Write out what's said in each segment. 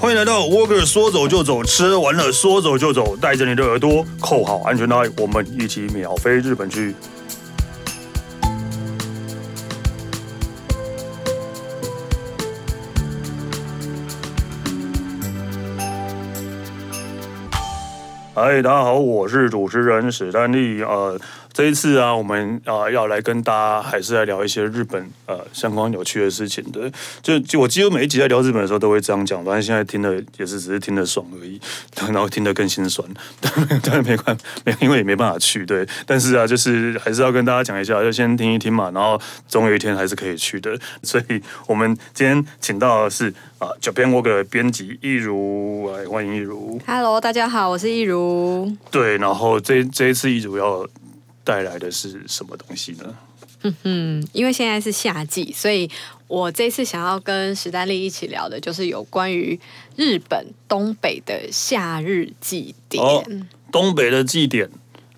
欢迎来到沃克，说走就走，吃完了说走就走，带着你的耳朵扣好安全带，我们一起秒飞日本去。嗨，哎大家好，我是主持人史丹利。呃，这一次啊，我们啊、呃要来跟大家还是来聊一些日本呃相关有趣的事情的。就就我几乎每一集在聊日本的时候都会这样讲，反正现在听的也是只是听得爽而已， 然后听得更心酸，但但没关没因为也没办法去对。但是啊，就是还是要跟大家讲一下，就先听一听嘛，然后总有一天还是可以去的。所以我们今天请到的是啊、九 Japan Walk 的编辑易如，来欢迎易如。 Hello，大家好，我是易如。对，然后这这一次易主要带来的是什么东西呢？嗯，因为现在是夏季，所以我这次想要跟史丹利一起聊的就是有关于日本东北的夏日祭典。哦，东北的祭典。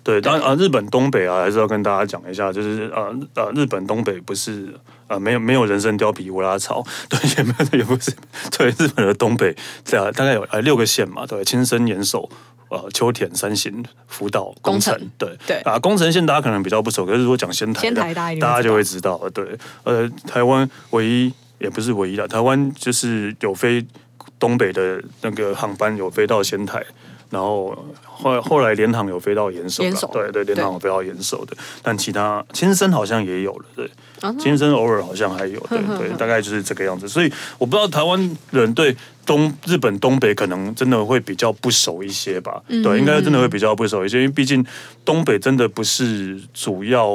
对，当然啊，日本东北啊，还是要跟大家讲一下，就是啊啊，日本东北不是啊，没有没有人参貂皮乌拉草， 对，也没有也不是，对，日本的东北在、啊、大概有啊六个县嘛，对，青森、岩手、呃秋田、山形、福岛、宫宫城城，对对啊，宫城县大家可能比较不熟，可是如果讲仙台的，仙台大家一定会大家知就道会知道，对，呃，台湾唯一也不是唯一的，台湾就是有飞东北的那个航班有飞到仙台，然后后来后来联航有飞到岩手啦岩手对对，联航有飞到岩手的，但其他亲生好像也有了，对，啊亲生偶尔好像还有，对哼对，大概就是这个样子。所以我不知道台湾人对东日本东北可能真的会比较不熟一些吧，对，应该真的会比较不熟一些，因为毕竟东北真的不是主要。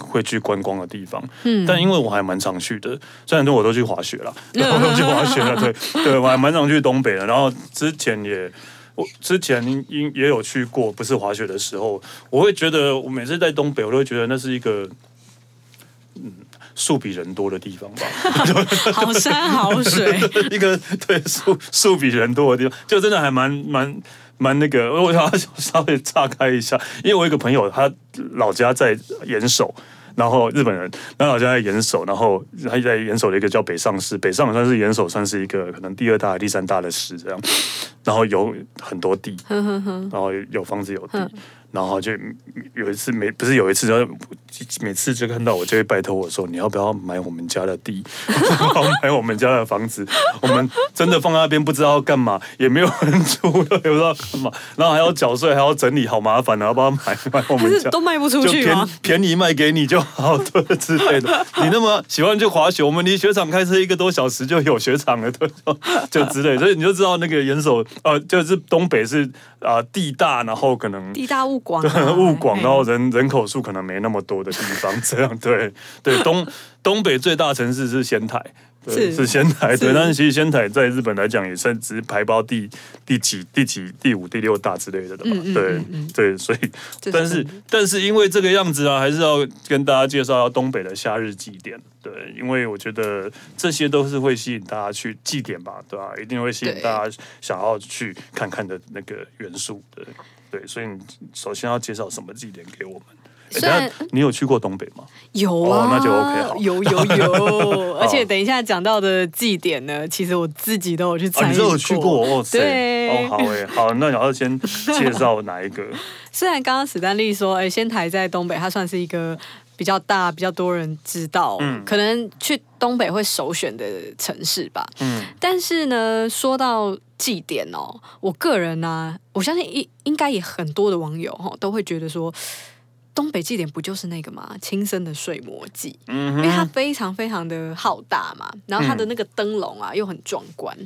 会去观光的地方，嗯，但因为我还蛮常去的，虽然说我都去滑雪了，对我都去滑雪了，对对，我还蛮常去东北的。然后之前也我之前因也有去过，不是滑雪的时候，我会觉得我每次在东北，我都会觉得那是一个嗯树比人多的地方吧，好山好 水，一个对树树比人多的地方，就真的还蛮蛮。蛮那个，我想要稍微岔开一下，因为我有一个朋友，他老家在岩手，然后日本人，那老家在岩手，然后他在岩手的一个叫北上市，北上算是岩手算是一个可能第二大、第三大的市这样，然后有很多地，然后有房子有地，然后就有一次每不是有一次，然后每次就看到我就会拜托我说，你要不要买我们家的地， 然后买我们家的房子，我们真的放在那边不知道要干嘛，也没有人 住，也不知道干嘛，然后还要缴税，还要整理，好麻烦啊，要不要买买我不们是家？都卖不出就去便吗？便宜卖给你就好， 对之类的。你那么喜欢去滑雪，我们离雪场开车一个多小时就有雪场了，对 吧，就之类的。所以你就知道那个岩手，呃，就是东北是啊、呃地大，然后可能地大物 广、对，啊，哦物广，哎然后人人口数可能没那么多的地方，这样对对。东东北最大城市是仙台，对，是是仙台，对。是但是其实仙台在日本来讲也算只是排包第第几第几第五第六大之类的吧，嗯嗯对嗯嗯对。所以，这是但是但是因为这个样子啊，还是要跟大家介绍到东北的夏日祭典，对，因为我觉得这些都是会吸引大家去祭典吧，对啊吧、一定会吸引对大家想要去看看的那个元素的。对对，所以你首先要介绍什么祭典给我们？诶虽然等一下你有去过东北吗？有哦啊，那就 OK，好有有 有，而且等一下讲到的祭典呢，其实我自己都有去参你与都有去 过，哦，塞对哦，好诶，好，那你要先介绍哪一个？虽然刚刚史丹利说，哎、仙台在东北，它算是一个比较大、比较多人知道，嗯可能去东北会首选的城市吧。嗯，但是呢，说到祭典哦，我个人呢、我相信应应该也很多的网友哈、都会觉得说，东北祭典不就是那个嘛，亲生的睡魔祭，嗯因为它哼，嗯非常非常的浩大嘛，然后它的那个灯笼啊、又很壮观，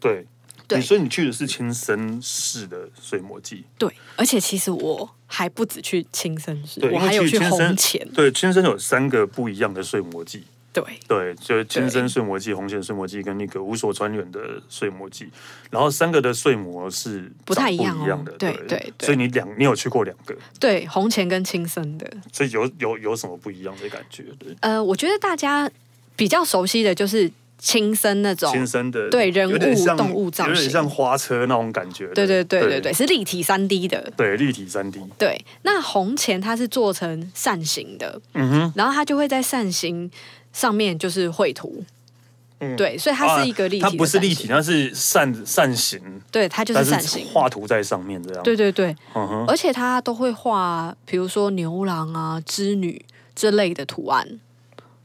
对。 对你所以你去的是青森市的水魔祭，对，而且其实我还不止去青森市，对，我因为还有其实去青红森前，对，青森有三个不一样的睡魔祭，对。对，就是青森对睡魔祭、红线睡魔祭跟那个无所穿远的睡魔祭，然后三个的睡魔是不长太一不样哦一样的，对对对所以你两你有去过两个，对，红前跟青森的，所以有有有什么不一样的感觉？对，呃，我觉得大家比较熟悉的就是青森那种，亲身的对人物有点像动物造型有点像花车那种感觉。对对对对对对，是立体三 D 的。对立体三 D。对，那红前它是做成扇形的，嗯哼，然后它就会在扇形上面就是绘图，对，所以它是一个立体、嗯啊它不是立体，，它是扇扇形，对，它就但是是扇形。画图在上面这样。对对对，嗯哼，而且它都会画，比如说牛郎啊、织女这类的图案。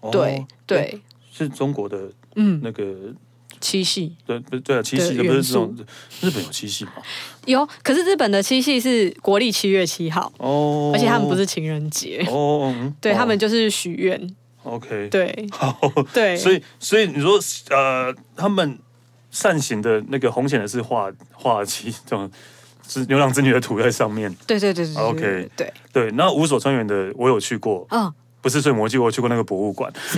哦对，对，是中国的嗯，那个七系对不对啊，七夕不的是元这素种，日本有七夕吗？有，可是日本的七系是国历七月七号，哦，而且他们不是情人节，哦，嗯对哦他们就是许愿， OK 对好，对，所以所以你说呃，他们扇形的那个红显的是画画漆这种。是牛郎织女的图在上面，对对对对对 OK 对对，对对。那五所川原的我有去过，嗯，不是睡魔记，我有去过那个博物馆， 是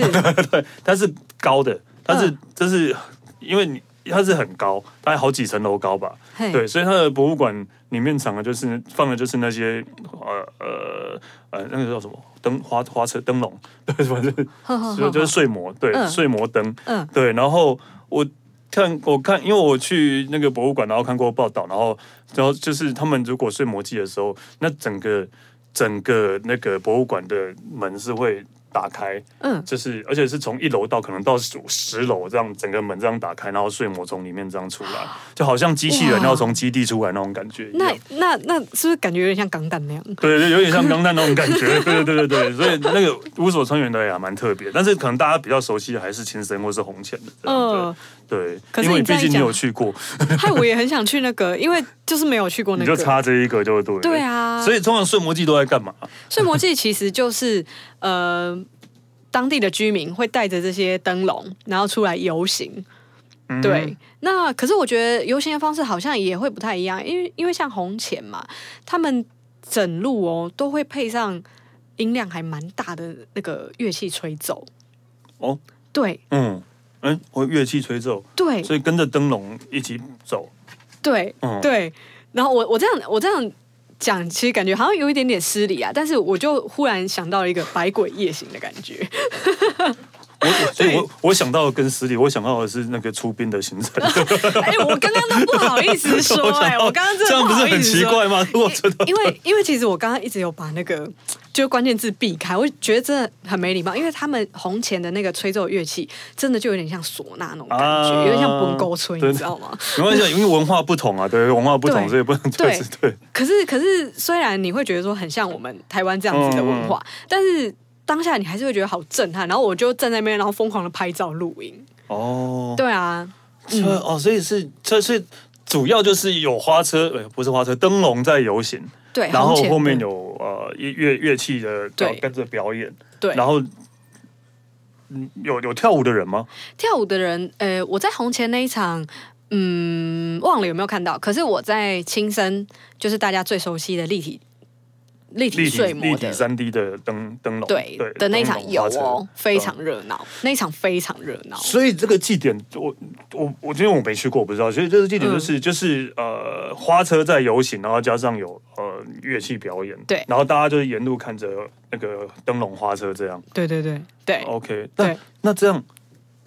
对，它是高的，它是嗯这是因为你它是很高，大概好几层楼高吧，嘿对，所以它的博物馆里面藏的就是放的就是那些呃呃呃那个叫什么灯花花车灯笼， 对，反正呵呵就呵就是呵，睡魔，对，嗯睡魔灯，嗯对，然后我看我看，因为我去那个博物馆，然后看过报道，然后然后就是他们如果睡魔记的时候，那整个整个那个博物馆的门是会打开，嗯，就是而且是从一楼到可能到十十楼这样，整个门这样打开，然后睡魔从里面这样出来，就好像机器人啊哇要从基地出来那种感觉一那样。那那是不是感觉有点像港蛋那样？对对，有点像钢弹那种感 觉，对对对对对，所以那个无所成员的也蛮特别，但是可能大家比较熟悉的还是青森或是红浅的这样，对嗯，对，可是因为你毕这样竟你一讲有去过， 害我也很想去那个，因为就是没有去过那你个。就差这一个就对了。对，啊，所以通常睡魔记都在干嘛？睡魔记其实就是呃，当地的居民会带着这些灯笼，然后出来游行。嗯对，，那可是我觉得游行的方式好像也会不太一样，因为因为像红前嘛，他们整路哦都会配上音量还蛮大的那个乐器吹奏。哦，对嗯嗯，我乐器吹奏，对所以跟着灯笼一起走。对嗯，对，然后我我这样我这样讲，其实感觉好像有一点点失礼啊，但是我就忽然想到了一个百鬼夜行的感 觉。我我所以我我想到的跟实体，我想到的是那个出殡的 行程。哎、我刚刚都不好意思说、想哎，到我 刚刚真这的样不好是意思很奇说怪吗？如果真的因为因为其实我刚刚一直有把那个就是关键字避开，我觉得真的很没礼貌，因为他们红前的那个吹奏乐器真的就有点像唢呐那种感觉，啊有点像蹦沟吹，对你知道吗？没关系，因为文化不同啊，对文化不同，对所以不能对对对。可是可是虽然你会觉得说很像我们台湾这样子的文嗯化，但是当下你还是会觉得好震撼，然后我就站在那边，然后疯狂的拍照录影。哦，对啊，所以哦，所以是这是主要就是有花车，呃，不是花车，灯笼在游行，对，然后红前后面的有呃乐乐乐器的呃对跟着表演，对然后嗯有有跳舞的人吗？跳舞的人，呃，我在红前那一场，嗯，忘了有没有看到。可是我在青森，就是大家最熟悉的立体立立体体睡立魔体的，三 D 的灯灯笼，对的那一场有哦，非。灯笼花车常热闹，那一场非常热闹。所以这个祭典，我我我因为我没去过，我不知道。所以这个祭典嗯就是、就是呃，花车在游行，然后加上有呃乐器表演，对然后大家就是沿路看着那个灯笼花车这样。对对对对， OK，那对那这样，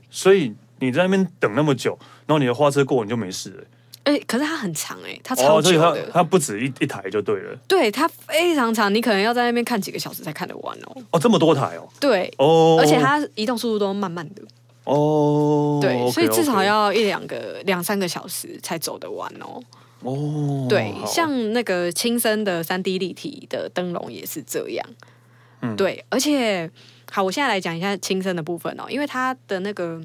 所以你在那边等那么久，然后你的花车过你就没事了。哎、可是它很长哎、它哦， 超所久以它的，它不止一一台就对了。对它非常长，你可能要在那边看几个小时才看得完哦。哦，这么多台哦。对。哦，而且它移动速度都慢慢的，哦，对 OK，所以至少 OK 要一两个、两三个小时才走得完哦。哦，对，好像那个亲生的三 D 立体的灯笼也是这样。嗯对，而且好，我现在来讲一下亲生的部分哦，因为它的那个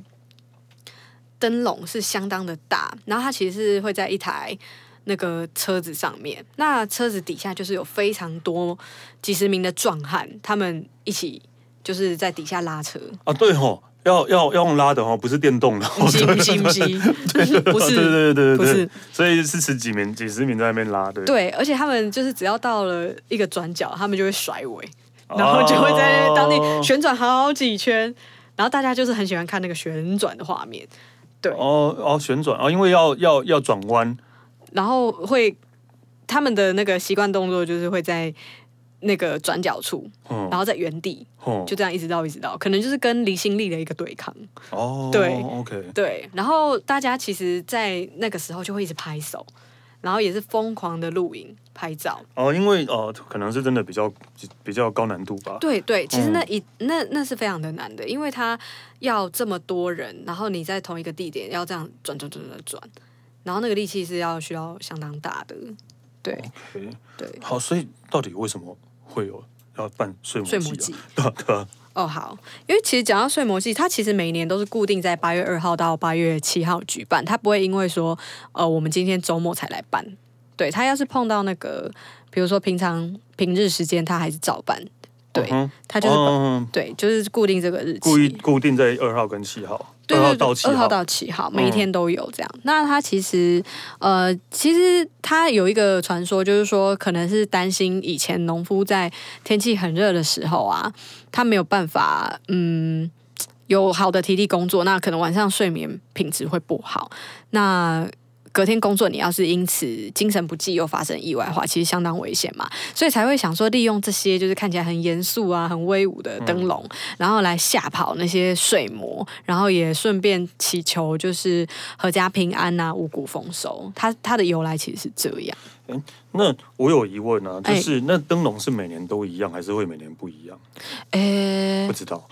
灯笼是相当的大，然后它其实是会在一台。那个车子上面，那车子底下就是有非常多几十名的壮汉，他们一起就是在底下拉车，啊，对吼，要要要用拉的哦，不是电动的哦，不是不是不是，不 对对是 对对对，不是，所以是十几名、几十名在那边拉，对，对，而且他们就是只要到了一个转角，他们就会甩尾，然后就会在当地旋转好几圈，然后大家就是很喜欢看那个旋转的画面，对，哦哦旋转哦，因为要要要转弯然后会他们的那个习惯动作就是会在那个转角处，嗯然后在原地哦就这样一直到一直到，可能就是跟离心力的一个对抗，哦对，OK，对，然后大家其实，在那个时候就会一直拍手。然后也是疯狂的露营拍照。哦，因为哦、呃可能是真的比较比较高难度吧。对对，其实嗯那一、那那是非常的难的，因为它要这么多人，然后你在同一个地点要这样转转转转转，然后那个力气是要需要相当大的。对 OK，对，好，所以到底为什么会有要办睡魔睡祭、魔啊？祭。 对啊对啊，哦，好，因为其实讲到睡魔祭，它其实每一年都是固定在八月二号到八月七号举办，它不会因为说呃我们今天周末才来办，对，它要是碰到那个比如说平常平日时间，它还是照办，对，嗯哼它就是把、嗯对，就是固定这个日期，故意固定在二号跟七号，对二号对到嗯七对，二号到七号，每一天都有这样。那他其实，呃，其实他有一个传说，就是说可能是担心以前农夫在天气很热的时候啊，他没有办法，嗯。有好的体力工作，那可能晚上睡眠品质会不好。那隔天工作，你要是因此精神不济又发生意外的话，其实相当危险嘛。所以才会想说，利用这些就是看起来很严肃啊、很威武的灯笼，嗯然后来吓跑那些睡魔，然后也顺便祈求就是阖家平安啊、五谷丰收。它它的由来其实是这样。那我有疑问啊，就哎是、那灯笼是每年都一样，还是会每年不一样？诶哎不，知道，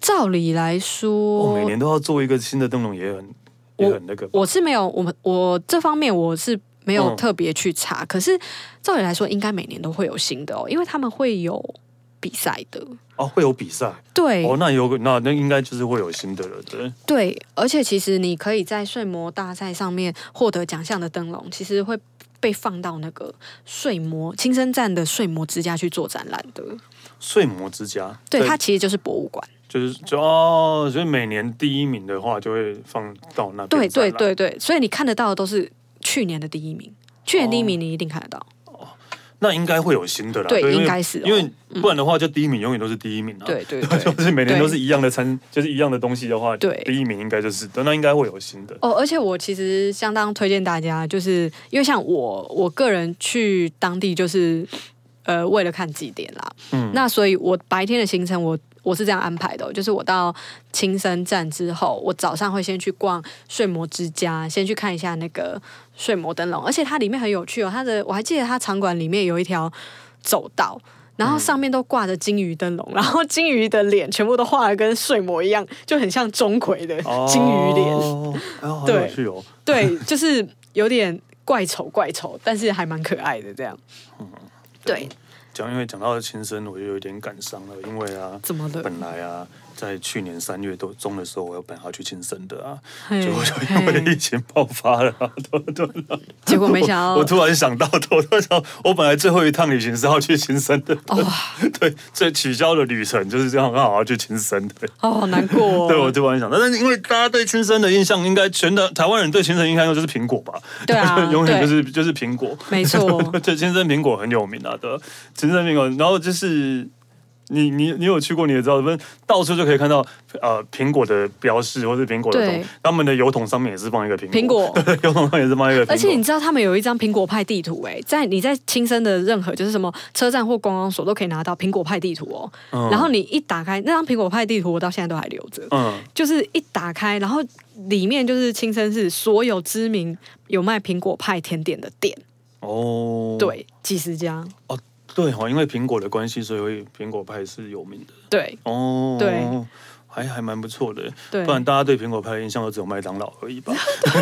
照理来我、说，每年都要做一个新的灯笼，也很也很那个吧。我是没有，我们我这方面我是没有嗯特别去查，可是照理来说，应该每年都会有新的哦，因为他们会有比赛的。哦，会有比赛对、哦，那有那那应该就是会有新的了，对。对，而且其实你可以在睡魔大赛上面获得奖项的灯笼，其实会被放到那个睡魔亲身站的睡魔之家去做展览的。睡魔之家，对，在它其实就是博物馆。就是就哦，所以每年第一名的话就会放到那边。对对，对对，所以你看得到的都是去年的第一名，去年第一名你一定看得到。那应该会有新的啦。对因为应该是哦因为不然的话，就第一名永远都是第一名啊。对对对就是每年都对是一样的餐，就是一样的东西的话，对第一名应该就是的，那应该会有新的。哦，而且我其实相当推荐大家，就是因为像我，我个人去当地就是呃为了看祭典啦，嗯那所以我白天的行程我。我是这样安排的哦、就是我到青森站之后，我早上会先去逛睡魔之家，先去看一下那个睡魔灯笼，而且它里面很有趣哦。它的我还记得它场馆里面有一条走道，嗯然后上面都挂着金鱼灯笼，然后金鱼的脸全部都画的跟睡魔一样，就很像钟馗的哦金鱼脸。哎呦，好有对趣哦。对，就是有点怪丑怪丑，但是还蛮可爱的这样。对，讲因为讲到亲身，我就有点感伤了，因为啊，怎么了？本来啊，在去年三月多中的时候，我要本来要去亲身的啊，嘿结果就因为疫嘿情爆发了、 啊，对对结果没想到 我我突然想到，我突然想到，我本来最后一趟旅行是要去青森的，哦 对，这取消了旅程就是这样，刚好要去青森的。哦，好难过、哦。对，我突然想到，但是因为大家对青森的印象，应该全台台湾人对青森印象就是苹果吧？对啊永远对 就是就是苹果。没错 对，青森苹果很有名啊，对，青森苹果。然后就是你你你有去过，你也知道，反正到处就可以看到呃苹果的标示或是苹果的对桶，他们的油桶上面也是放一个苹苹果 油桶上面也是放一个苹果。而且你知道他们有一张苹果派地图哎、在你在亲身的任何就是什么车站或观光所都可以拿到苹果派地图哦。嗯然后你一打开那张苹果派地图，我到现在都还留着。嗯，就是一打开，然后里面就是青森市所有知名有卖苹果派甜点的店，哦，对，几十家，哦，对哦，因为苹果的关系，所以会苹果派是有名的对哦。对，还还蛮不错的，对。不然大家对苹果派的印象都只有麦当劳而已吧？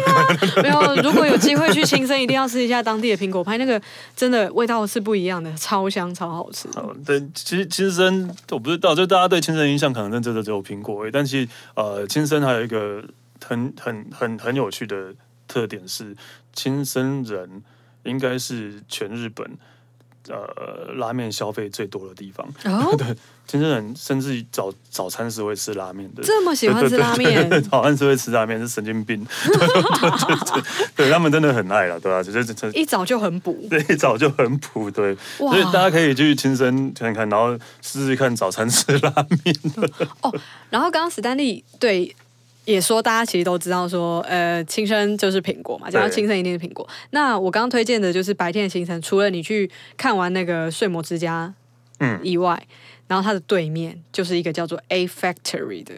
没有，如果有机会去青森，一定要吃一下当地的苹果派，那个真的味道是不一样的，超香超好吃。好对，其实亲生我不知道，就大家对亲生印象可能真的只有苹果而已，但其实呃，亲生还有一个很很很很有趣的特点是，亲生人应该是全日本呃拉面消费最多的地方。哦，亲生人甚至早早餐是会吃拉面的， 这么喜欢吃拉面对，早餐是会吃拉面，是神经病。对对对对，对他们真的很爱了，对吧、啊？就是这一早就很补。 对，早就很普对，哇所以大家可以去亲身看看，然后试试看早餐吃拉 面。然后刚刚史丹利对也说，大家其实都知道说，呃，青森就是苹果嘛，讲到对青森一定是苹果。那我刚刚推荐的就是白天的行程，除了你去看完那个睡魔之家嗯，以外，然后它的对面就是一个叫做 A Factory 的。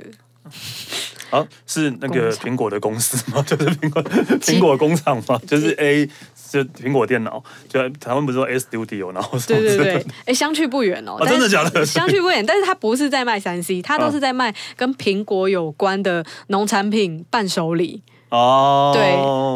啊，是那个工厂苹果的公司吗？ 就是苹果苹果工厂 吗？就是 A 就苹果电脑，就台湾不是说 S Studio，然后什么对对之类对哦的，，哎，相去不远哦啊，但真的假的嗯相去不远，但是它不是在卖三 C，它都是在卖跟苹果有关的农产品伴手礼。哦，对，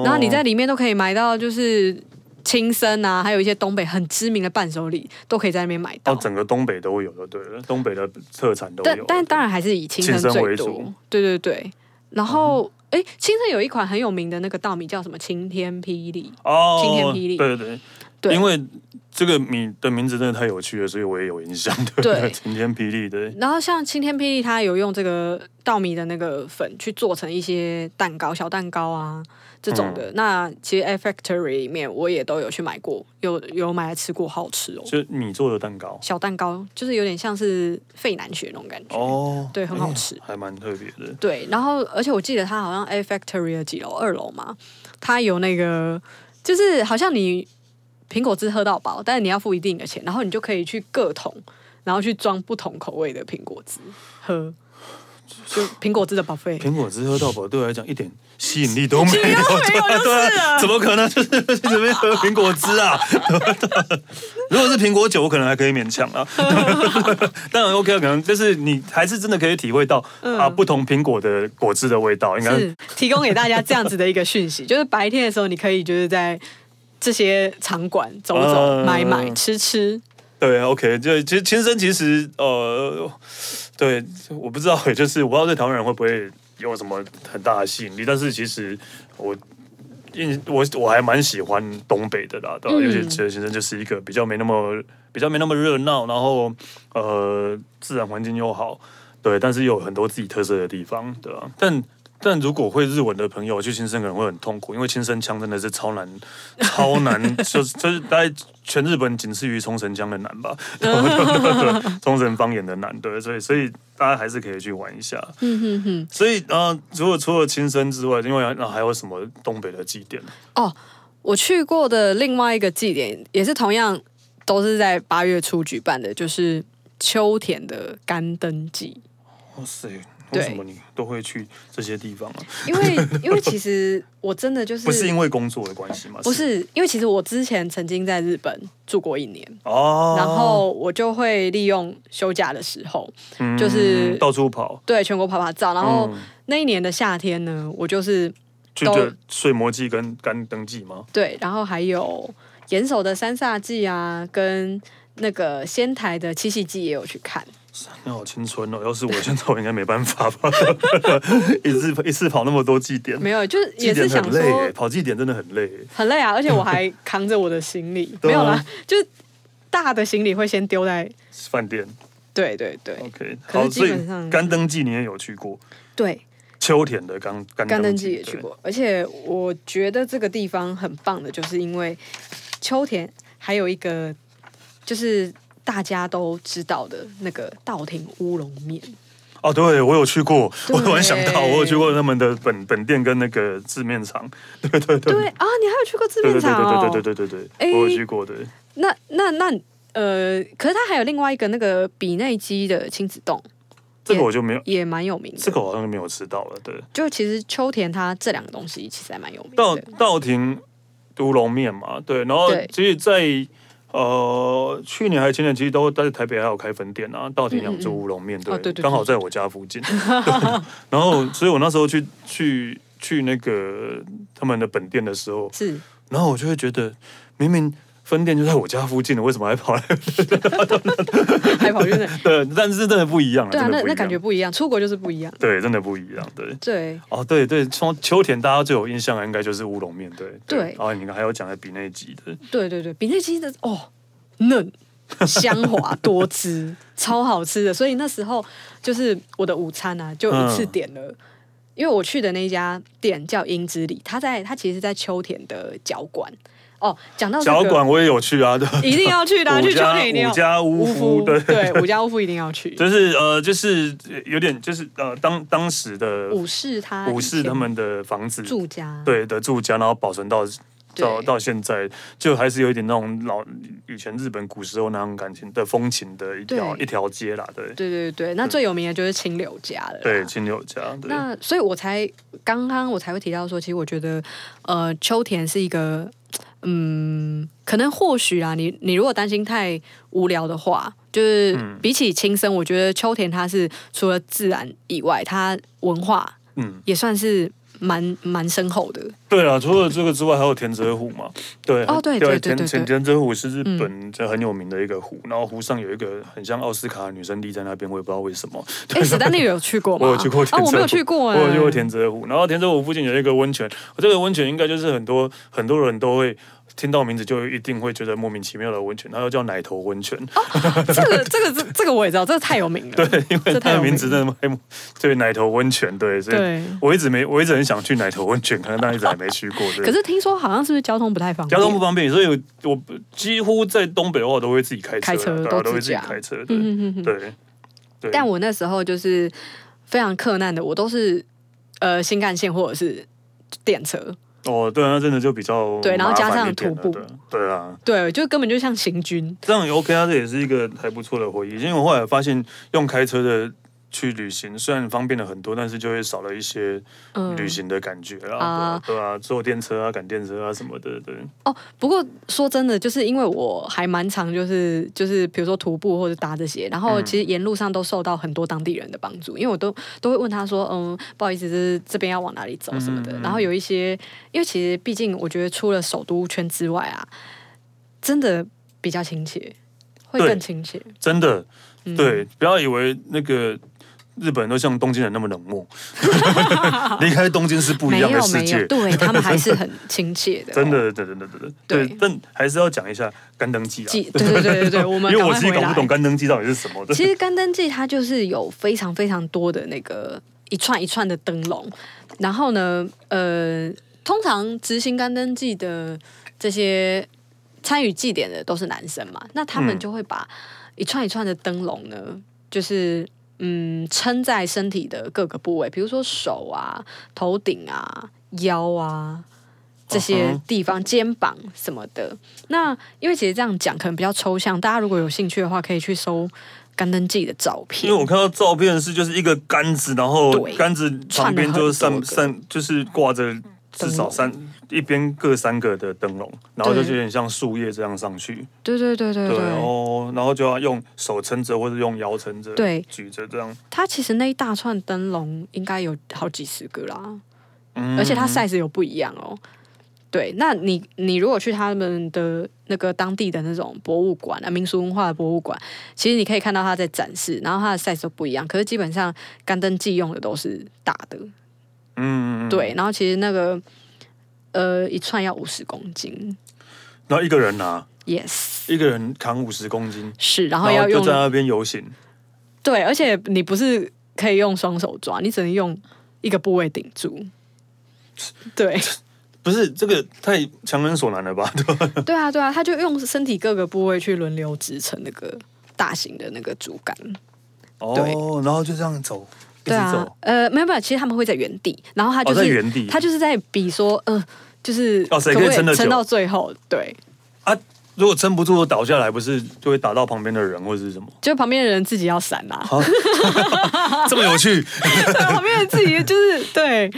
然后你在里面都可以买到，就是青森啊，还有一些东北很知名的伴手礼，都可以在那边买到。哦，整个东北都有的，对了，东北的特产都但有，但当然还是以青森青森最为多主。嗯对对对，然后哎，诶青森有一款很有名的那个稻米叫什么？晴天霹雳。哦，晴天霹雳对对对因为这个米的名字真的太有趣了，所以我也有印象的，对晴天霹雳对，然后像晴天霹雳，它有用这个稻米的那个粉去做成一些蛋糕、小蛋糕啊这种的。那其实 Air Factory 里面我也都有去买过，有有买来吃过，好好吃哦。就米做的蛋糕，小蛋糕就是有点像是费南雪那种感觉。哦，对很好哎呀吃还蛮特别的，对，然后而且我记得它好像 A Factory 的几楼，二楼嘛，它有那个就是好像你苹果汁喝到饱，但是你要付一定的钱，然后你就可以去各桶，然后去装不同口味的苹果汁喝，就苹果汁的宝贝。苹果汁喝到饱对我来讲一点吸引力都没有，没有 就对是啊，了，怎么可能？就是准备喝苹果汁啊？ 如果是苹果酒，我可能还可以勉强啊。 当然 OK 啊，可能就是你还是真的可以体会到、嗯啊不同苹果的果汁的味道，应该是提供给大家这样子的一个讯息，就是白天的时候你可以就是在这些场馆走走、嗯买买、吃吃，对 OK。就其实亲身其实呃，对，我不知道，欸就是我不知道对台湾人会不会有什么很大的吸引力，但是其实我。因我我还蛮喜欢东北的啦，对吧？嗯尤其其实先生就是一个比较没那么比较没那么热闹，然后呃自然环境又好，对，但是有很多自己特色的地方，对吧、啊但但如果会日文的朋友去青森可能会很痛苦，因为青森腔真的是超难， 超难，就是就是大概全日本仅次于冲绳腔的难 吧， 对对对，冲绳方言的难，对，所以所以大家还是可以去玩一下。嗯哼哼。所以呃，除了除了青森之外，因为那还有什么东北的祭典？哦，我去过的另外一个祭典也是同样都是在八月初举办的，就是秋田的干灯祭。哇塞！对为什么你都会去这些地方啊？因为因为其实我真的就是不是因为工作的关系吗？不是因为其实我之前曾经在日本住过一年，哦，然后我就会利用休假的时候，嗯就是到处跑，对全国拍拍照。然后嗯那一年的夏天呢，我就是去都的睡魔祭跟干登记吗？对，然后还有岩手的三煞祭啊，跟那个仙台的七夕祭也有去看。你好青春哦！要是我现在，我应该没办法吧？一次一次跑那么多祭点， 没有，就是祭也点是想很说累欸 耶，跑祭点真的很累耶。很累啊，而且我还扛着我的 行李，对没啊有啦， 就是大的行李会先丢 在，饭店对对对 OK，可是好，所基以本上干登记你也有去过，对，秋田的干干干登登记记也去，过，而且我觉得这个地方很棒的，就是因为秋田还有一个就是大家都知道的那个稻庭乌龙面，对哦，对我有去过，我突然想到，对我有去过他们的本本店跟那个制面厂，对对对对啊，你还有去过制对面对对厂对对哦？对对对哎对，我有去过的，那那那呃，可是它还有另外一个那个比内基的亲子洞这个我就没有，也蛮有名的，这个我好像没有吃到了，对。就其实秋田它这两个东西其实还蛮有名道的。道亭乌龙面嘛，对，然后对其实在，呃去年还前年，其实都在台北还有开分店啊，道亭两嗯做嗯嗯乌龙面，哦对对刚好对在我家附近， 对然后所以我那时候去去去那个他们的本店的时候，是，然后我就会觉得明明。分店就在我家附近了，为什么还跑来？ 还跑去那，对，但是真的不一样啊，对啊，真的那不一那样感觉不一样，出国就是不一样。对，真的不一样，对。对，哦，对对，从秋田大家最有印象的应该就是乌龙面，对对然后你还有讲的比内吉的，对对对，比内基的哦，嫩、香 滑、多汁，超好吃的。所以那时候就是我的午餐啊，就一嗯次点了。因为我去的那一家店叫英之里，它在它其实，在秋田的脚馆。哦，讲到这小个馆我也有去啊，对。一定要去的啊、去秋田一定要五家屋夫，对，对五家屋夫一定 要去。 就是呃，就是有点就是呃，当当时的武士他武士啊以前他们的房子，住家，对的住家，然后保存到到对到现在，就还是有一点那种老以前日本古时候那种感情的风情的一条对一条街啦，对对对对，那最有名的就是清流家了啦。嗯对，清流家，对那所以我才刚刚我才会提到说，其实我觉得，呃，秋田是一个，嗯，可能或许啊，你你如果担心太无聊的话，就是嗯比起轻生，我觉得秋田它是除了自然以外，它文化嗯，也算是蛮蛮深厚的。对啊，除了这个之外，还有田泽湖嘛，对，哦对对对田对田对嗯田泽湖是日本这很有名的一个湖，然后湖上有一个很像奥斯卡的女生立在那边，我也不知道为什么，哎，史丹利有去过吗？我有去过田啊，我没有泽湖去过、哎我有去过田泽湖，然后田泽湖附近有一个温泉，这个温泉应该就是很多很多人都会听到名字就一定会觉得莫名其妙的温泉，它又叫奶头温泉，哦这个这个这这个我也知道，这个太有名 了。对，因它的名字真的蛮对奶头温泉，对，所以对。我一直没我一直很想去奶头温泉，可能但一直还没去过。对 可是听说好像是不是交通不太方便？交通不方便，所以我我几乎在东北的话，我都会自己开车，开车对啊都都会自自己驾开车，对、嗯嗯嗯嗯对对。但我那时候就是非常克难的，我都是呃新干线或者是电车，哦，对啊，真的就比较对然后麻加烦上一点徒了步对对啊，对，就根本就像行军。这样也 OK 啊，这也是一个还不错的回忆。因为我后来发现，用开车的去旅行虽然方便了很多，但是就会少了一些嗯旅行的感觉啦，啊对啊，坐电车啊、赶电车啊什么的，对。哦，不过说真的，就是因为我还蛮常就是就是比如说徒步或者搭这些，嗯然后其实沿路上都受到很多当地人的帮助，因为我都都会问他说，嗯，不好意思，这是这边要往哪里走什么的。嗯嗯嗯然后有一些，因为其实毕竟我觉得除了首都圈之外啊，真的比较亲切，会对更亲切。真的，嗯对，不要以为那个日本人都像东京人那么冷 漠，离开东京是不一没有样没的世有，界。对他们 还是很亲切的，真。的，对对对对对对对，但还是要讲一下干登记啊， 记对对对对对，我们因为赶我快自己回搞不来懂。干登记到底是什么的。其实干灯记它就是有非常非常多的那个一串一串的灯笼，然后呢，呃，通常执行干灯记的这些参与祭典的都是男生嘛，那他们嗯就会把一串一串的灯笼呢，就是。嗯，撑在身体的各个部位，比如说手啊、头顶啊、腰啊这嗯些哼地方、肩膀什么的。那因为其实这样讲可能比较抽象，大家如果有兴趣的话，可以去搜干登记的照因片为。我看到照片是就是一个杆子，然后对杆子旁边就是串了三很多个三，就是挂着至灯少笼三一边各三个的灯笼，然后就对有点像树叶这样上去，对对对对对，哦然对，后然后就要用手撑着或者用腰撑着，对举着这样，它其实那一大串灯笼应该有好几十个啦，嗯而且它 size 有不一样哦。对，那你你如果去他们的那个当地的那种博物馆啊，民俗文化的博物馆，其实你可以看到它在展示，然后它的 size 都不一样，可是基本上干灯记用的都是大的，嗯，嗯嗯对，然后其实那个呃一串要五十公斤然后一个人拿、 ，yes 一个人扛五十公斤，是，然然后要就用在那边游行，对，而且你不是可以用双手抓，你只能用一个部位顶住。 对不是这个太强人所难了吧？ 对吧？对啊对啊，他就用身体各个部位去轮流支撑那个大型的那个竹竿。哦，然后就这样走，一对直啊走，，呃，没有没有，其实他们会在原地，然后他就是、哦在原地他就是在比说，呃，就是哦谁可可以不撑得久撑到最后？对，啊，如果撑不住倒下来，不是就会打到旁边的人或者是什么？就旁边的人自己要闪啦、哦这么有趣， 对，旁边的自己就是对，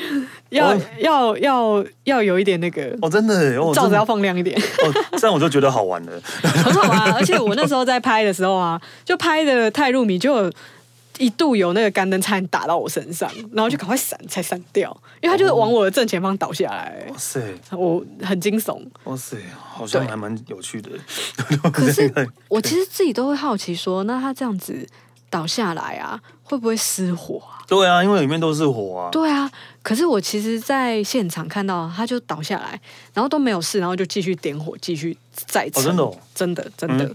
要、哦要要要有一点那个哦，真的耶， 哦，罩真子的要放亮一点。哦，这样我就觉得好玩了。很好玩、啊。 而且我那时候在拍的时候啊，就拍的太入迷，就有一度有那个干灯差点打到我身上，然后就赶快闪才闪掉，因为它就是往我的正前方倒下来哇，塞，我很惊悚。哇塞，好像对还蛮有趣的。 啊 可是我其实自己都会好奇说，那他这样子倒下来啊，会不会失火啊？对啊，因为里面都是火啊。对啊，可是我其实在现场看到他就倒下来，然后都没有事，然后就继续点火，继续再哦撑、真的哦真的真的，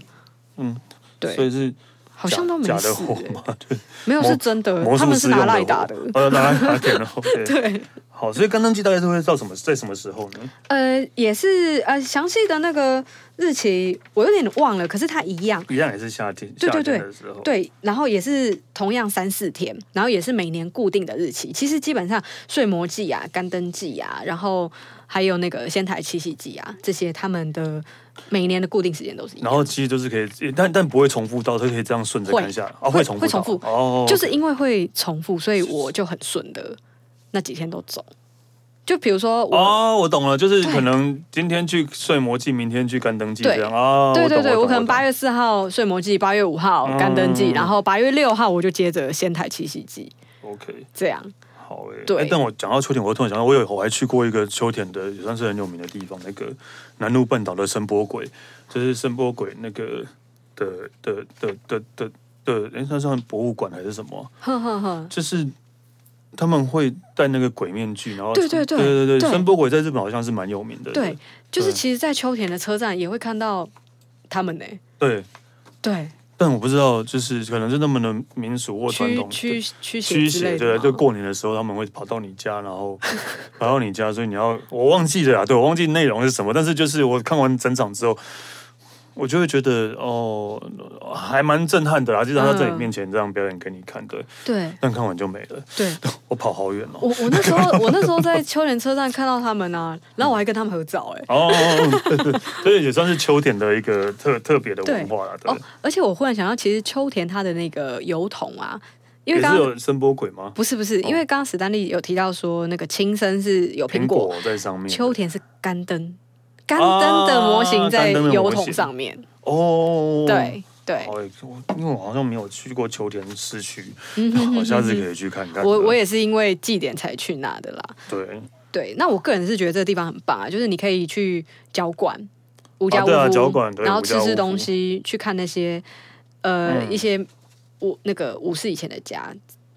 嗯，所以对，是好像都没假事、的火欸 嘛，对，没有魔是真的哦魔，他术们是师用的拿赖火哦打的， 呃，拿来打点的火，对对。好好，所以干灯季大概是会到什么，在什么时候呢？ 呃，也是呃，详细的那个日期我有点忘了，可是它一样。一样也是夏天，对对夏天的时候。对，然后也是同样三四天，然后也是每年固定的日期。其实基本上睡魔祭啊、干灯祭啊，然后还有那个仙台七夕祭啊，这些他们的每年的固定时间都是一样。然后其实就是可以，但但不会重复到，就可以这样顺着看下来。啊，会重复到，会重复哦，就是因为会重复，所以我就很顺的那几天都走。就比如说我，哦，我懂了，就是对可能今天去睡魔祭，明天去干灯祭对这样啊。对对对，我可能八月月四号睡魔祭，八月五号干灯祭，嗯然后八月六号我就接着仙台七夕祭， OK。这样。好诶、欸，对欸但我讲到秋田，我突然想到，我有我还去过一个秋田的，也算是很有名的地方，那个南陆半岛的声波鬼，就是声波鬼那个的的的的的的，哎、那算博物馆还是什么啊？哼哼哼，就是他们会戴那个鬼面具，然后对对对对对对对，声波鬼在日本好像是蛮有名的。对，就是对其实，在秋田的车站也会看到他们呢、对，对，但我不知道，就是可能是他们的民俗或传驱统驱驱驱邪之邪，类对，啊的，就。过年的时候他们会跑到你家，然后跑到你家，所以你要我忘记了啊，对我忘记内容是什么，但是就是我看完整场之后，我就会觉得哦，还蛮震撼的啊，就是他在你嗯面前这样表演给你看对，对但看完就没了，对，我跑好远 哦。我我那时候我那时候在秋田车站看到他们 啊，然后我还跟他们合照哎、哦，对对，所以也算是秋田的一个特特别的文化啦，对哦，，而且我忽然想到，其实秋田它的那个油桶啊，因为也刚是刚有声波鬼吗？不是不是，因为刚刚史丹利有提到说那个青森是有苹苹果，果在上面，秋田是干灯，干灯的模型在啊干灯的模型油桶上面，哦，对对，好欸，我因为我好像没有去过秋田市区，嗯哼我下次可以去看看。我我也是因为祭典才去那的啦。对，对，那我个人是觉得这个地方很棒啊，就是你可以去交馆、五家屋对啊夫交馆对然后五吃家屋吃夫东西，去看那些呃、嗯一些武那个武士以前的家，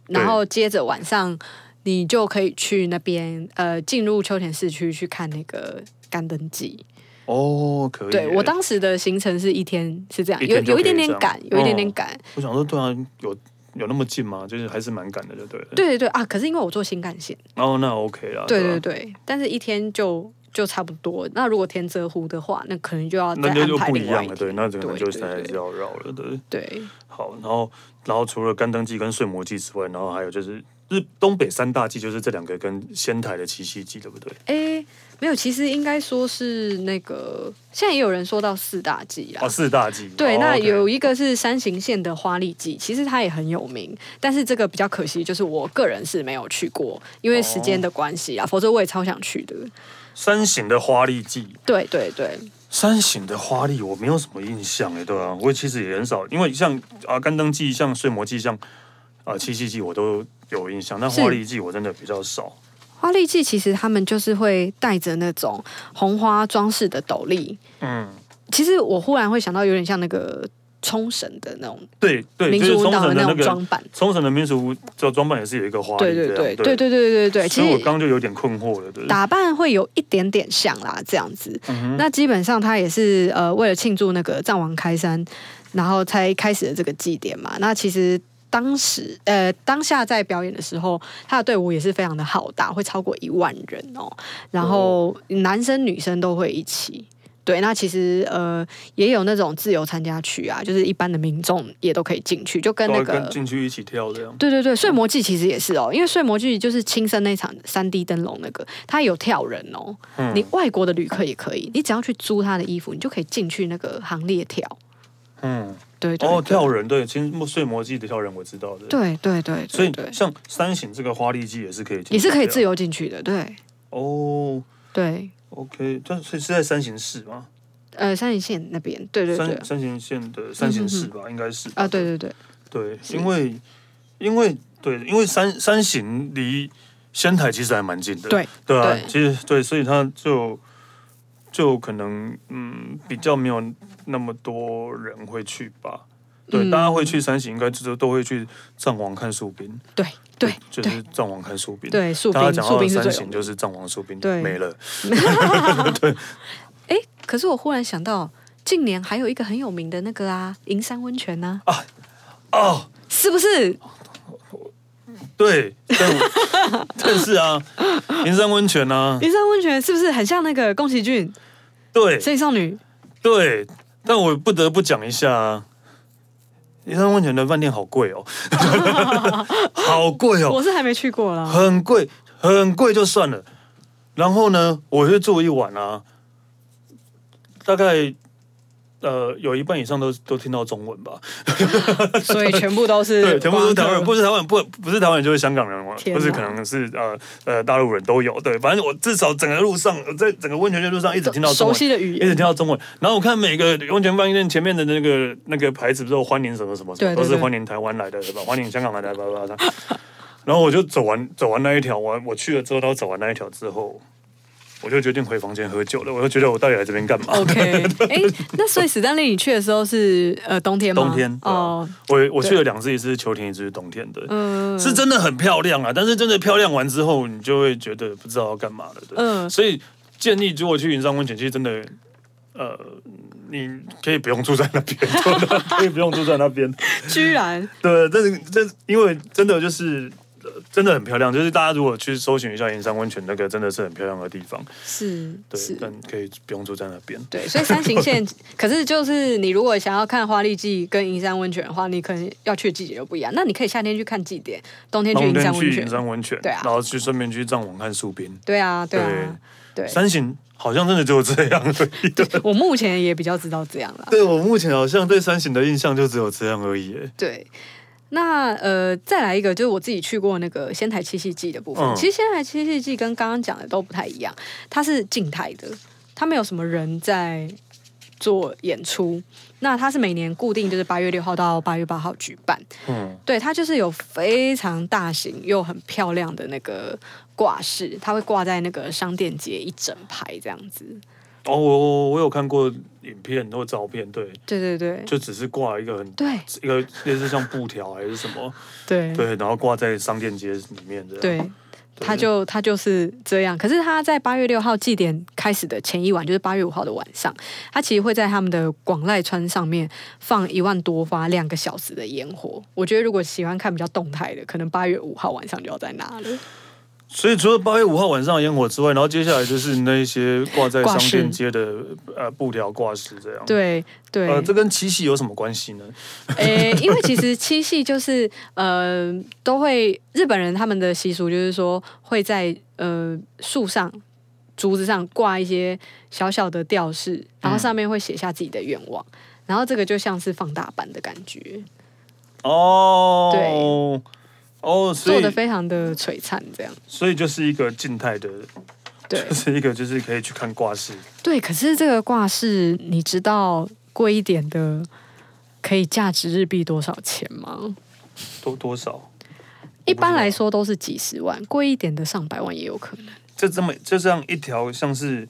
对然后接着晚上你就可以去那边呃进入秋田市区去看那个干灯祭。哦，可以欸。对我当时的行程是一天是这样，一有天就有一可以点这点样赶，有一点哦点赶。我想说，对啊，有有那么近吗？就是还是蛮赶的，就对了。，对对对啊，可是因为我坐新干线，哦，那 OK 啦。对对对啊，对，但是一天就就差不多。那如果天泽湖的话，那可能就要再那就安就排不另一外样一了，天。对，那可能对就是还对是对要绕了，对。对好，然后然后除了干灯祭跟睡魔祭之外，然后还有就是日东北三大祭，就是这两个跟仙台的七夕祭，对不对？哎，没有，其实应该说是那个，现在也有人说到四大祭啦。哦，四大祭。对，哦那 OK 有一个是山形县的花力祭，其实它也很有名，但是这个比较可惜，就是我个人是没有去过，因为时哦间的关系啊，否则我也超想去的。山形的花力祭，对对对，山形的花力我没有什么印象哎，对啊，我其实也很少，因为像啊干灯记、像睡魔记、像啊七夕记我都有印象，但是花力记我真的比较少。花力祭其实他们就是会带着那种红花装饰的斗笠，嗯，其实我忽然会想到，有点像那个冲绳的那种对对，民就是族舞冲蹈绳的的那种个装扮。冲绳的民俗这装扮也是有一个花对力对这样，对对对对对对对，其所以我实刚就有点困惑了，对。打扮会有一点点像啦，这样子。嗯哼那基本上他也是呃，为了庆祝那个藏王开山，然后才开始了这个祭典嘛。那其实。当时，呃，当下在表演的时候，他的队伍也是非常的浩大，会超过一万人哦。然哦后男生女生都会一起，对。那其实呃，也有那种自由参加区啊，就是一般的民众也都可以进去，就跟都那要个哦跟进去一起跳这样，对对对，睡魔记其实也是哦，因为睡魔记就是亲身那场三 D 灯笼那个，它有跳人哦。嗯你外国的旅客也可以，你只要去租他的衣服，你就可以进去那个行列跳。嗯，对对哦，对跳人对，其实睡魔记的跳人我知道的，，对对对，所以对像山形这个花力记也是可以进去也是可以自跳由进去的，对哦对。 ，OK，但是是在山形市吗？呃，三里线那边，对对对，三三行县的三行市吧，应该是啊，对对对，对，是因为因为对，因为三三行离仙台其实还蛮近的，对对啊，对其实对，所以它就就可能嗯比较没有那么多人会去吧。对，嗯大家会去三行，应该就是都会去藏王看树冰。对对就是藏王看树冰。，对，树大家冰讲树到冰是三最有行名就是藏王树冰，对没了。哎，可是我忽然想到，近年还有一个很有名的啊那个啊，银山温泉呢、哦，是不是？对，但我但是啊，银山温泉啊，云山温泉是不是很像那个宫崎骏《对哦神隐少女》？对，但我不得不讲一下啊，银山温泉的饭店好贵哦， 好贵哦，我是还没去 过啦。很贵，很贵就算了。然后呢，我就住一晚啊，大概呃有一半以上都都听到中文吧，所以全部都是对，全部都是台湾人，不观光客是台湾人，不不是台湾人就是香港人，天不是哪可能是呃呃大陆人都有，对，反正我至少整个路上，在整个温泉的路上一直听到中熟文。悉的语一直言，听到中文，然后我看每个温泉饭店前面的那个那个牌子，不是有欢迎什么什么什对么，对都是对欢迎台湾来的，对吧？欢迎香港来的，巴拉巴拉。然后我就走完走完那一条，我我去了之后，然后走完那一条之后，我就决定回房间喝酒了。我就觉得我到底来这边 干嘛？ OK，哎、那所以史丹利，你去的时候是呃冬天吗？冬天对啊哦，我我去了两次，一次是秋天，一次是冬天的，嗯，是真的很漂亮啊。但是真的漂亮完之后，你就会觉得不知道要干嘛了。对，嗯所以建议如果去云山温泉，其实真的，呃，你可以不用住在那边，对吧可以不用住在那边。 居然对，但是这因为真的就是。呃真的很漂亮，就是大家如果去搜寻一下银山温泉，那个真的是很漂亮的地方。是 对是，，但可以不用住在那边。对，所以三行线，可是就是你如果想要看花丽季跟银山温泉的话，你可能要去的季节就不一样。那你可以夏天去看祭典，冬天去冬银天山温去银泉。山温泉，对啊然后去顺便去藏王看树冰。对啊，对啊，对。三型好像真的只有这样而已。我目前也比较知道这样啦。 对我目前好像对三型的印象就只有这样而已耶。对，那呃，再来一个就是我自己去过那个仙台七夕祭的部分。嗯其实仙台七夕祭跟刚刚讲的都不太一样，它是静态的，它没有什么人在做演出。那它是每年固定就是八月六号到八月八号举办，嗯，对，它就是有非常大型又很漂亮的那个挂饰，它会挂在那个商店街一整排这样子。哦，我我我有看过影片或照片，对，对对对就只是挂一个很对一个类似像布条还是什么，对对，然后挂在商店街里面这样。对，对他就他就是这样。可是他在八月六号祭典开始的前一晚，就是八月五号的晚上，他其实会在他们的广濑川上面放一万多发两个小时的烟火。我觉得如果喜欢看比较动态的，可能八月五号晚上就要在那了。所以除了八月五号晚上的烟火之外，然后接下来就是那一些挂在商挂饰店街的呃布条挂饰这样。，对对，呃，这跟七夕有什么关系呢？ 诶、因为其实七夕就是呃，都会日本人他们的习俗就是说会在呃树上、竹子上挂一些小小的吊饰，然后上面会写下自己的愿望，然后这个就像是放大版的感觉，哦，对，哦，所做的以非常的璀璨，这样所以就是一个静态的，对就是一个就是可以去看挂饰。对。可是这个挂饰，你知道贵一点的可以价值日币多少钱吗？多多少？一般来说都是几十万，贵一点的上百万也有可能。就这么就这样一条像是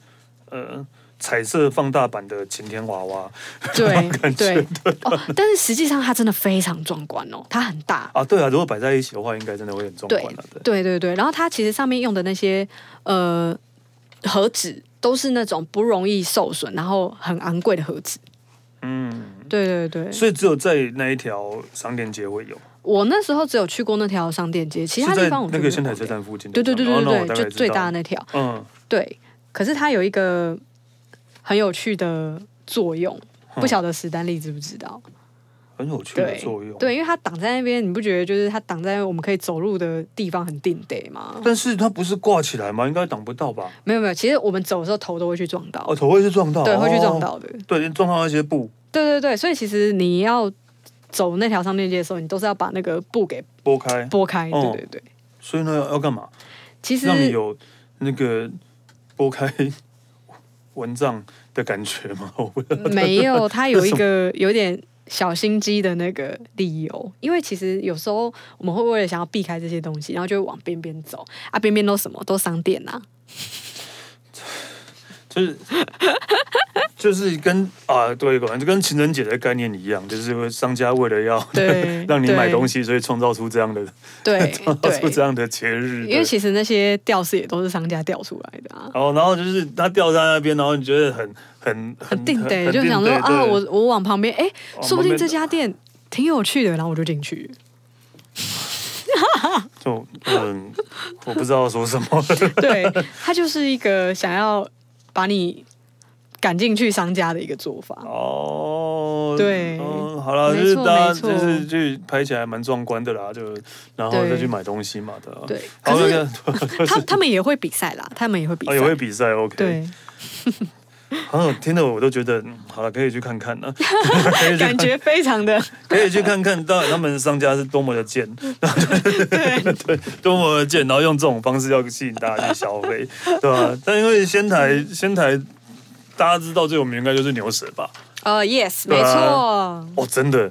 呃彩色放大版的晴天娃娃 对对哦，但是实际上它真的非常壮观哦，它很大。啊，对啊，如果摆在一起的话，应该真的会很壮对观啊。对，对对对，然后它其实上面用的那些呃盒子都是那种不容易受损，然后很昂贵的盒子。嗯，对对对，所以只有在那一条商店街会有，我那时候只有去过那条商店街，其他是地在方我就那没个有仙台逛车过。站附近的对地对方。哦对对那我对大对，概就知最道大的那条。嗯，对，可是它有一个很有趣的作用，不晓得史丹利知不知道？很有趣的对作用。对，，因为它挡在那边，你不觉得就是它挡在我们可以走路的地方很定得吗？但是它不是挂起来吗？应该挡不到吧？没有没有，其实我们走的时候头都会去撞到，哦，头会去撞到，对，会去撞哦。到的。对，撞到那些布对对对，所以其实你要走那条商店街的时候，你都是要把那个布给拨开，拨开。哦对对对，所以呢要干嘛？其实让你有那个拨开 蚊帐的感觉吗？我不没 有，它有一个有点小心机的那个理由，因为其实有时候我们会为了想要避开这些东西，然后就会往边边走啊，边边都什么都商店啊呐、就是 就是跟啊，对，果然就跟情人节的概念一样，就是商家为了要 对让你买对东西，所以创造出这样的 对创造出这对，样的节日。因为对其实那些吊饰也都是商家吊出来的啊。然后，然后就是它掉在那边，然后你觉得很很很定很得，很就想说定得啊，对我我往旁边，哎、哦说不定旁边这家店挺有趣的，然后我就进去。就嗯，我不知道说什么。 对，它就是一个想要把你赶进去商家的一个做法。哦，对嗯，好了，没就是错大家没错就是去拍起来蛮壮观的啦，就然后对再去买东西嘛的。对对，好可那是个 他他们也会比赛啦，他们也会比哦赛。也会比赛，OK。，对，好，听的我都觉得嗯好了，可以去看看了， 可以去感觉非常的可以去看看到底他们商家是多么的 贱， 对多么的贱，然后用这种方式要吸引大家去消 费，对吧、但因为仙台仙台。大家知道最有名应该就是牛舌吧？呃 ，yes，对没啊错，哦，真的，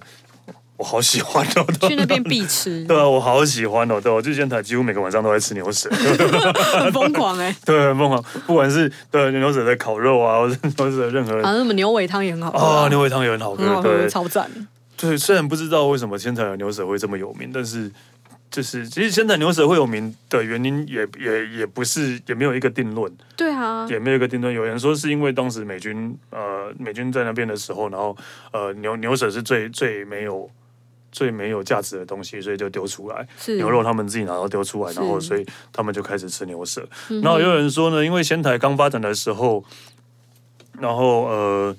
我好喜欢哦！对 去那边必吃， 对啊，我好喜欢哦！对，我去仙台几乎每个晚上都在吃牛舌， 很疯狂哎。对，啊很疯狂。不管是对牛舌的烤肉啊，或是牛舌的任何好像什么牛尾汤也很好喝啊，啊，牛尾汤也很好喝很好，对喝，，超赞。对，虽然不知道为什么仙台的牛舌会这么有名，但是就是其实仙台牛舌会有名的原因也也也不是也没有一个定论，对啊，也没有一个定论。有人说是因为当时美军呃美军在那边的时候，然后呃牛牛舌是最最没有最没有价值的东西，所以就丢出来。是牛肉他们自己拿到丢出来，是嗯然后所以他们就开始吃牛舌。然后有人说呢，因为仙台刚发展的时候，然后呃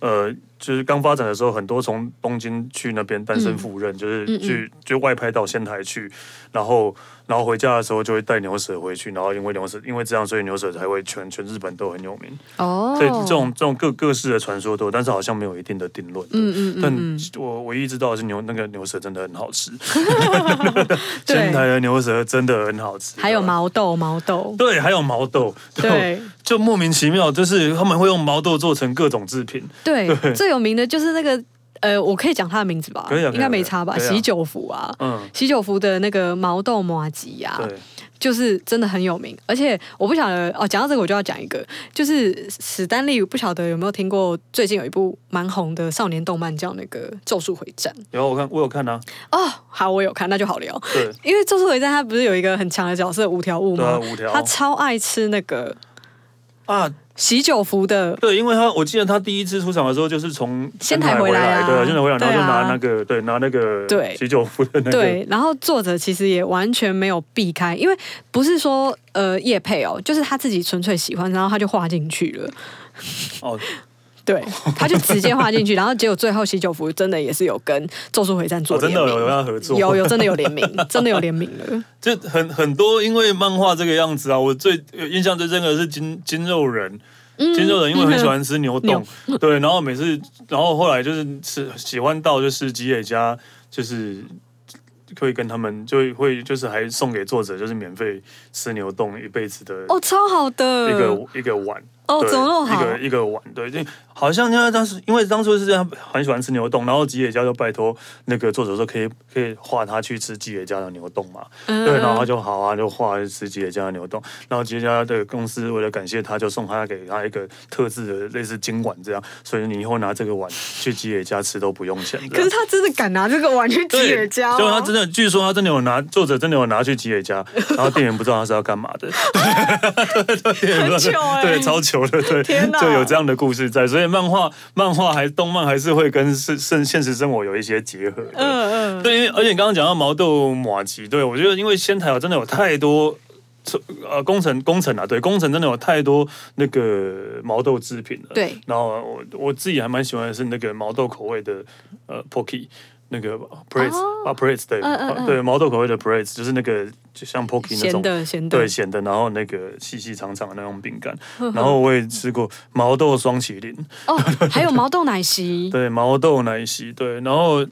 呃，就是刚发展的时候，很多从东京去那边单身赴任，就是嗯嗯去就外派到仙台去，然后然后回家的时候就会带牛舌回去，然后因为牛舌因为这样，所以牛舌才会全全日本都很有名。哦，所以这种这种各各式的传说都有，但是好像没有一定的定论。嗯嗯嗯但嗯，我唯一知道的是牛那个牛舌真的很好吃， 对仙台的牛舌真的很好吃。还有？毛豆，毛豆，对，还有毛豆。 对 就，就莫名其妙，就是他们会用毛豆做成各种制品。对，最有名的就是那个呃，我可以讲他的名字吧，可以啊应该可以啊没差吧？可以啊喜酒福啊。嗯，喜酒福的那个毛豆麻吉啊，对，就是真的很有名，而且我不晓得哦，讲到这个我就要讲一个，就是史丹利不晓得有没有听过，最近有一部蛮红的少年动漫叫那个《咒术回战》然后我看我有看啊，哦，好，我有看，那就好聊，对，因为《咒术回战》它不是有一个很强的角色五条悟吗？对啊五条他超爱吃那个啊，喜酒福的，对，因为他我记得他第一次出场的时候就是从仙台台回来来，啊对，仙台回来，然后就对啊拿那个对拿那个对喜酒服的那个，对，然后作者其实也完全没有避开，因为不是说呃叶配哦，就是他自己纯粹喜欢，然后他就画进去了。哦，对， 他就直接画进去，然后结果最后喜酒服真的也是有跟《咒术回战》做哦真联的名，有跟他合作， 有有真的有联名，真的有联名了。就很很多，因为漫画这个样子啊，我最有印象最深刻的是金金肉人，嗯金肉人因为很喜欢吃牛冻嗯， 对，然后每次，然后后来就是吃喜欢到就是吉野家，就是会跟他们就会会就是还送给作者就是免费吃牛冻一辈子的哦，超好的，一个、一个碗。哦，对怎么那么好一？个一个碗，对，就好像因为当时因为当初是这样，很喜欢吃牛冻，然后吉野家就拜托那个作者说可以可以画他去吃吉野家的牛冻嘛，嗯对，然后他就好啊，就画吃吉野家的牛冻，然后吉野家的公司为了感谢他，就送他给他一个特制的类似金碗这样，所以你以后拿这个碗去吉野家吃都不用钱这可样。是他真的敢拿这个碗去吉对，野家、哦，就他真的，据说他真的有拿，作者真的有拿去吉野 家，然后店员不知道他是要干嘛的，对，店员不知道很糗欸对，超糗的，对，天哪就有这样的故事在，所以漫画、漫画还动漫还是会跟现现现实生活有一些结合的，嗯嗯，对，因为而且你刚刚讲到毛豆马吉，对我觉得因为仙台有真的有太多。呃，工程工程啊，对，工程真的有太多那个毛豆制品了。对然后我我自己还蛮喜欢的是那个毛豆口味的呃 Pocky，那个 Praise、哦啊 Praise 对、嗯嗯嗯对毛豆口味的 Praise 就是那个就像 Pocky 那咸种的咸的对，咸的，然后那个细细长长的那种饼干，然后我也吃过毛豆双麒麟，哦，还有毛豆奶 昔，对，毛豆奶昔，对，然后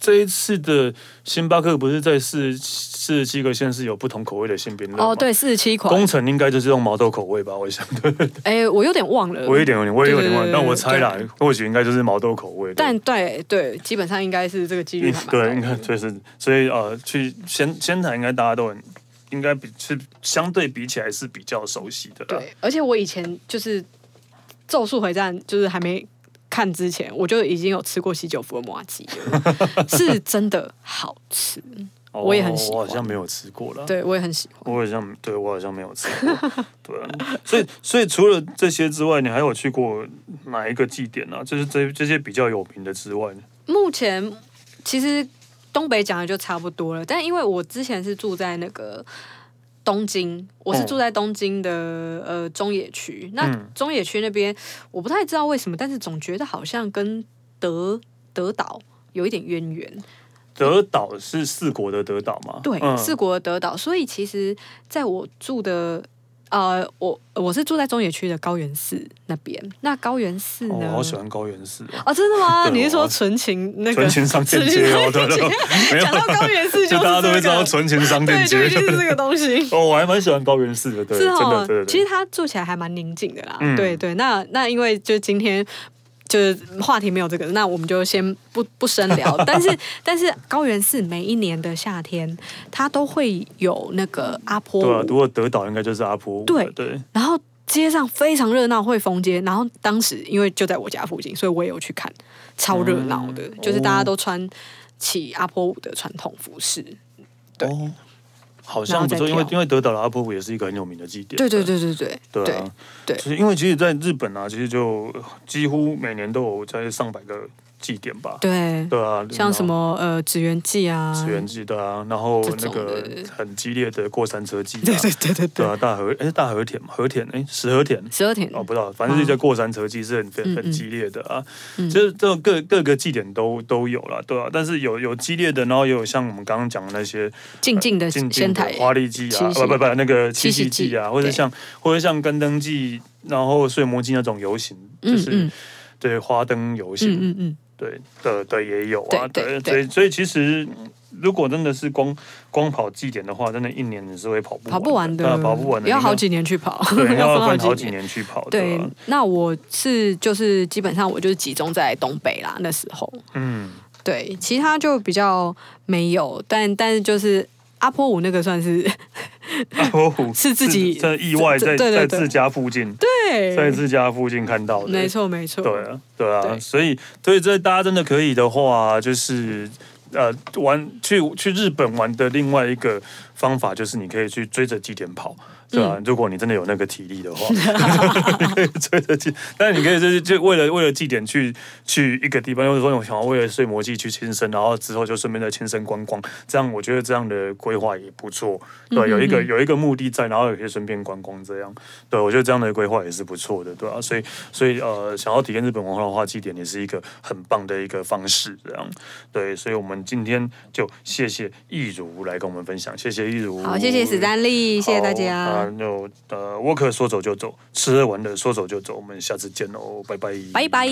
这一次的星巴克不是在四四十七个县市有不同口味的馅饼哦，，对，四十七款工，程应该就是用毛豆口味吧，我想，对，哎，我有点忘了，我有点有点，我也有点忘了，对但我猜啦，或许应该就是毛豆口味，对但对对，基本上应该是这个几率嗯还蛮高对，的应该就是，所以呃，去仙仙台应该大家都很，应该比是相对比起来是比较熟悉的啦，对，而且我以前就是《咒术回战》，就是还没看之前，我就已经有吃过喜酒福的麻吉 了，是真的好吃，哦我也很喜欢我好像没有吃过啦。对我也很喜欢。我好像对我好像没有吃过，对啊，所以所以除了这些之外，你还有去过哪一个祭典啊？就是这这些比较有名的之外呢？目前其实东北讲的就差不多了。但因为我之前是住在那个东京，我是嗯住在东京的、呃中野区。那嗯中野区那边我不太知道为什么，但是总觉得好像跟德德岛有一点渊源。德岛是四国的德岛嘛？对，嗯四国的德岛。所以其实在我住的。呃，我我是住在中野区的高原寺那边。那高原寺哦呢？我好喜欢高原寺哦，哦，真的吗？ 对你是说我纯情那个纯？情商店纯情街哦，商对店对，对没有 讲，到高原 寺就就是大家都会知这道个纯情商店街。对，就一。定是这个东西哦，我还蛮喜欢高原寺的，对，是真哦的，对对，，其对实它做起来还蛮宁静的啦。嗯对对，那那因为就今天。就是话题没有这个，那我们就先不不深 聊。但是但是高原寺每一年的夏天，它都会有那个阿波对啊，如舞，果德岛应该就是阿波舞对了，对，然后街上非常热闹，会封街。然后当时因为就在我家附近，所以我也有去看，超热闹的，嗯就是大家都穿起阿波舞的传统服饰。对哦，好然像后不再错，因为跳因为德岛的阿波舞也是一个很有名的祭典，对对对对对对对啊，对就是因为其实在日本啊，其实就几乎每年都有在上百个祭典吧，对，对啊，像什么呃《纸鸢记》啊，然后水源祭对啊，然后这那种个的很激烈的过山车祭啊， 对对对对对对，啊，大和哎大和田嘛，和田哎石和田。十二天哦，不知道，反正就叫过山车祭是很很啊嗯很嗯激烈的啊，嗯就是这种各各个祭典都都有了，对啊，但是有有激烈的，然后也有像我们刚刚讲的那些静静的进仙台，花丽季啊，七夕不不不，那个七七夕夕季啊，祭或者对像或者像干灯季，然后睡魔祭那种游行，就嗯是、嗯对花灯游行，嗯嗯嗯，对的的也有啊，对对所以所以其实嗯如果真的是光光跑祭典的话，真的一年你是会跑不跑不完对啊的，跑不完的，要你好几年去跑， 对，要分分好几几。年去跑，啊对吧，那我是就是基本上我就是集中在东北啦，那时候 嗯，对，其他就比较没有，但但是就是阿波舞那个算是 阿波舞是自己在意外在自对对在对自家附近，在对，自家附近看到的，没错没错，对啊，对啊，对所以所以这大家真的可以的话，就是呃玩去去日本玩的另外一个方法，就是你可以去追着祭典跑，对啊，嗯如果你真的有那个体力的话， 你可以追着祭，但是你可以就是就为了为了祭典去去一个地方，或者说我想要为了睡魔祭去亲身，然后之后就顺便再亲身观光，这样我觉得这样的规划也不错，嗯对啊，有一个有一个目的在，然后也可以顺便观光这样。对，我觉得这样的规划也是不错的，对啊，所以所以呃，想要体验日本文化的话，祭典也是一个很棒的一个方式，这样对，所以我们今天就谢谢易如来跟我们分享，谢谢易如，好，谢谢史丹利，谢谢大啊家，，就呃，哦沃克说走就走，吃喝玩乐说走就走，我们下次见喽，拜拜，拜拜。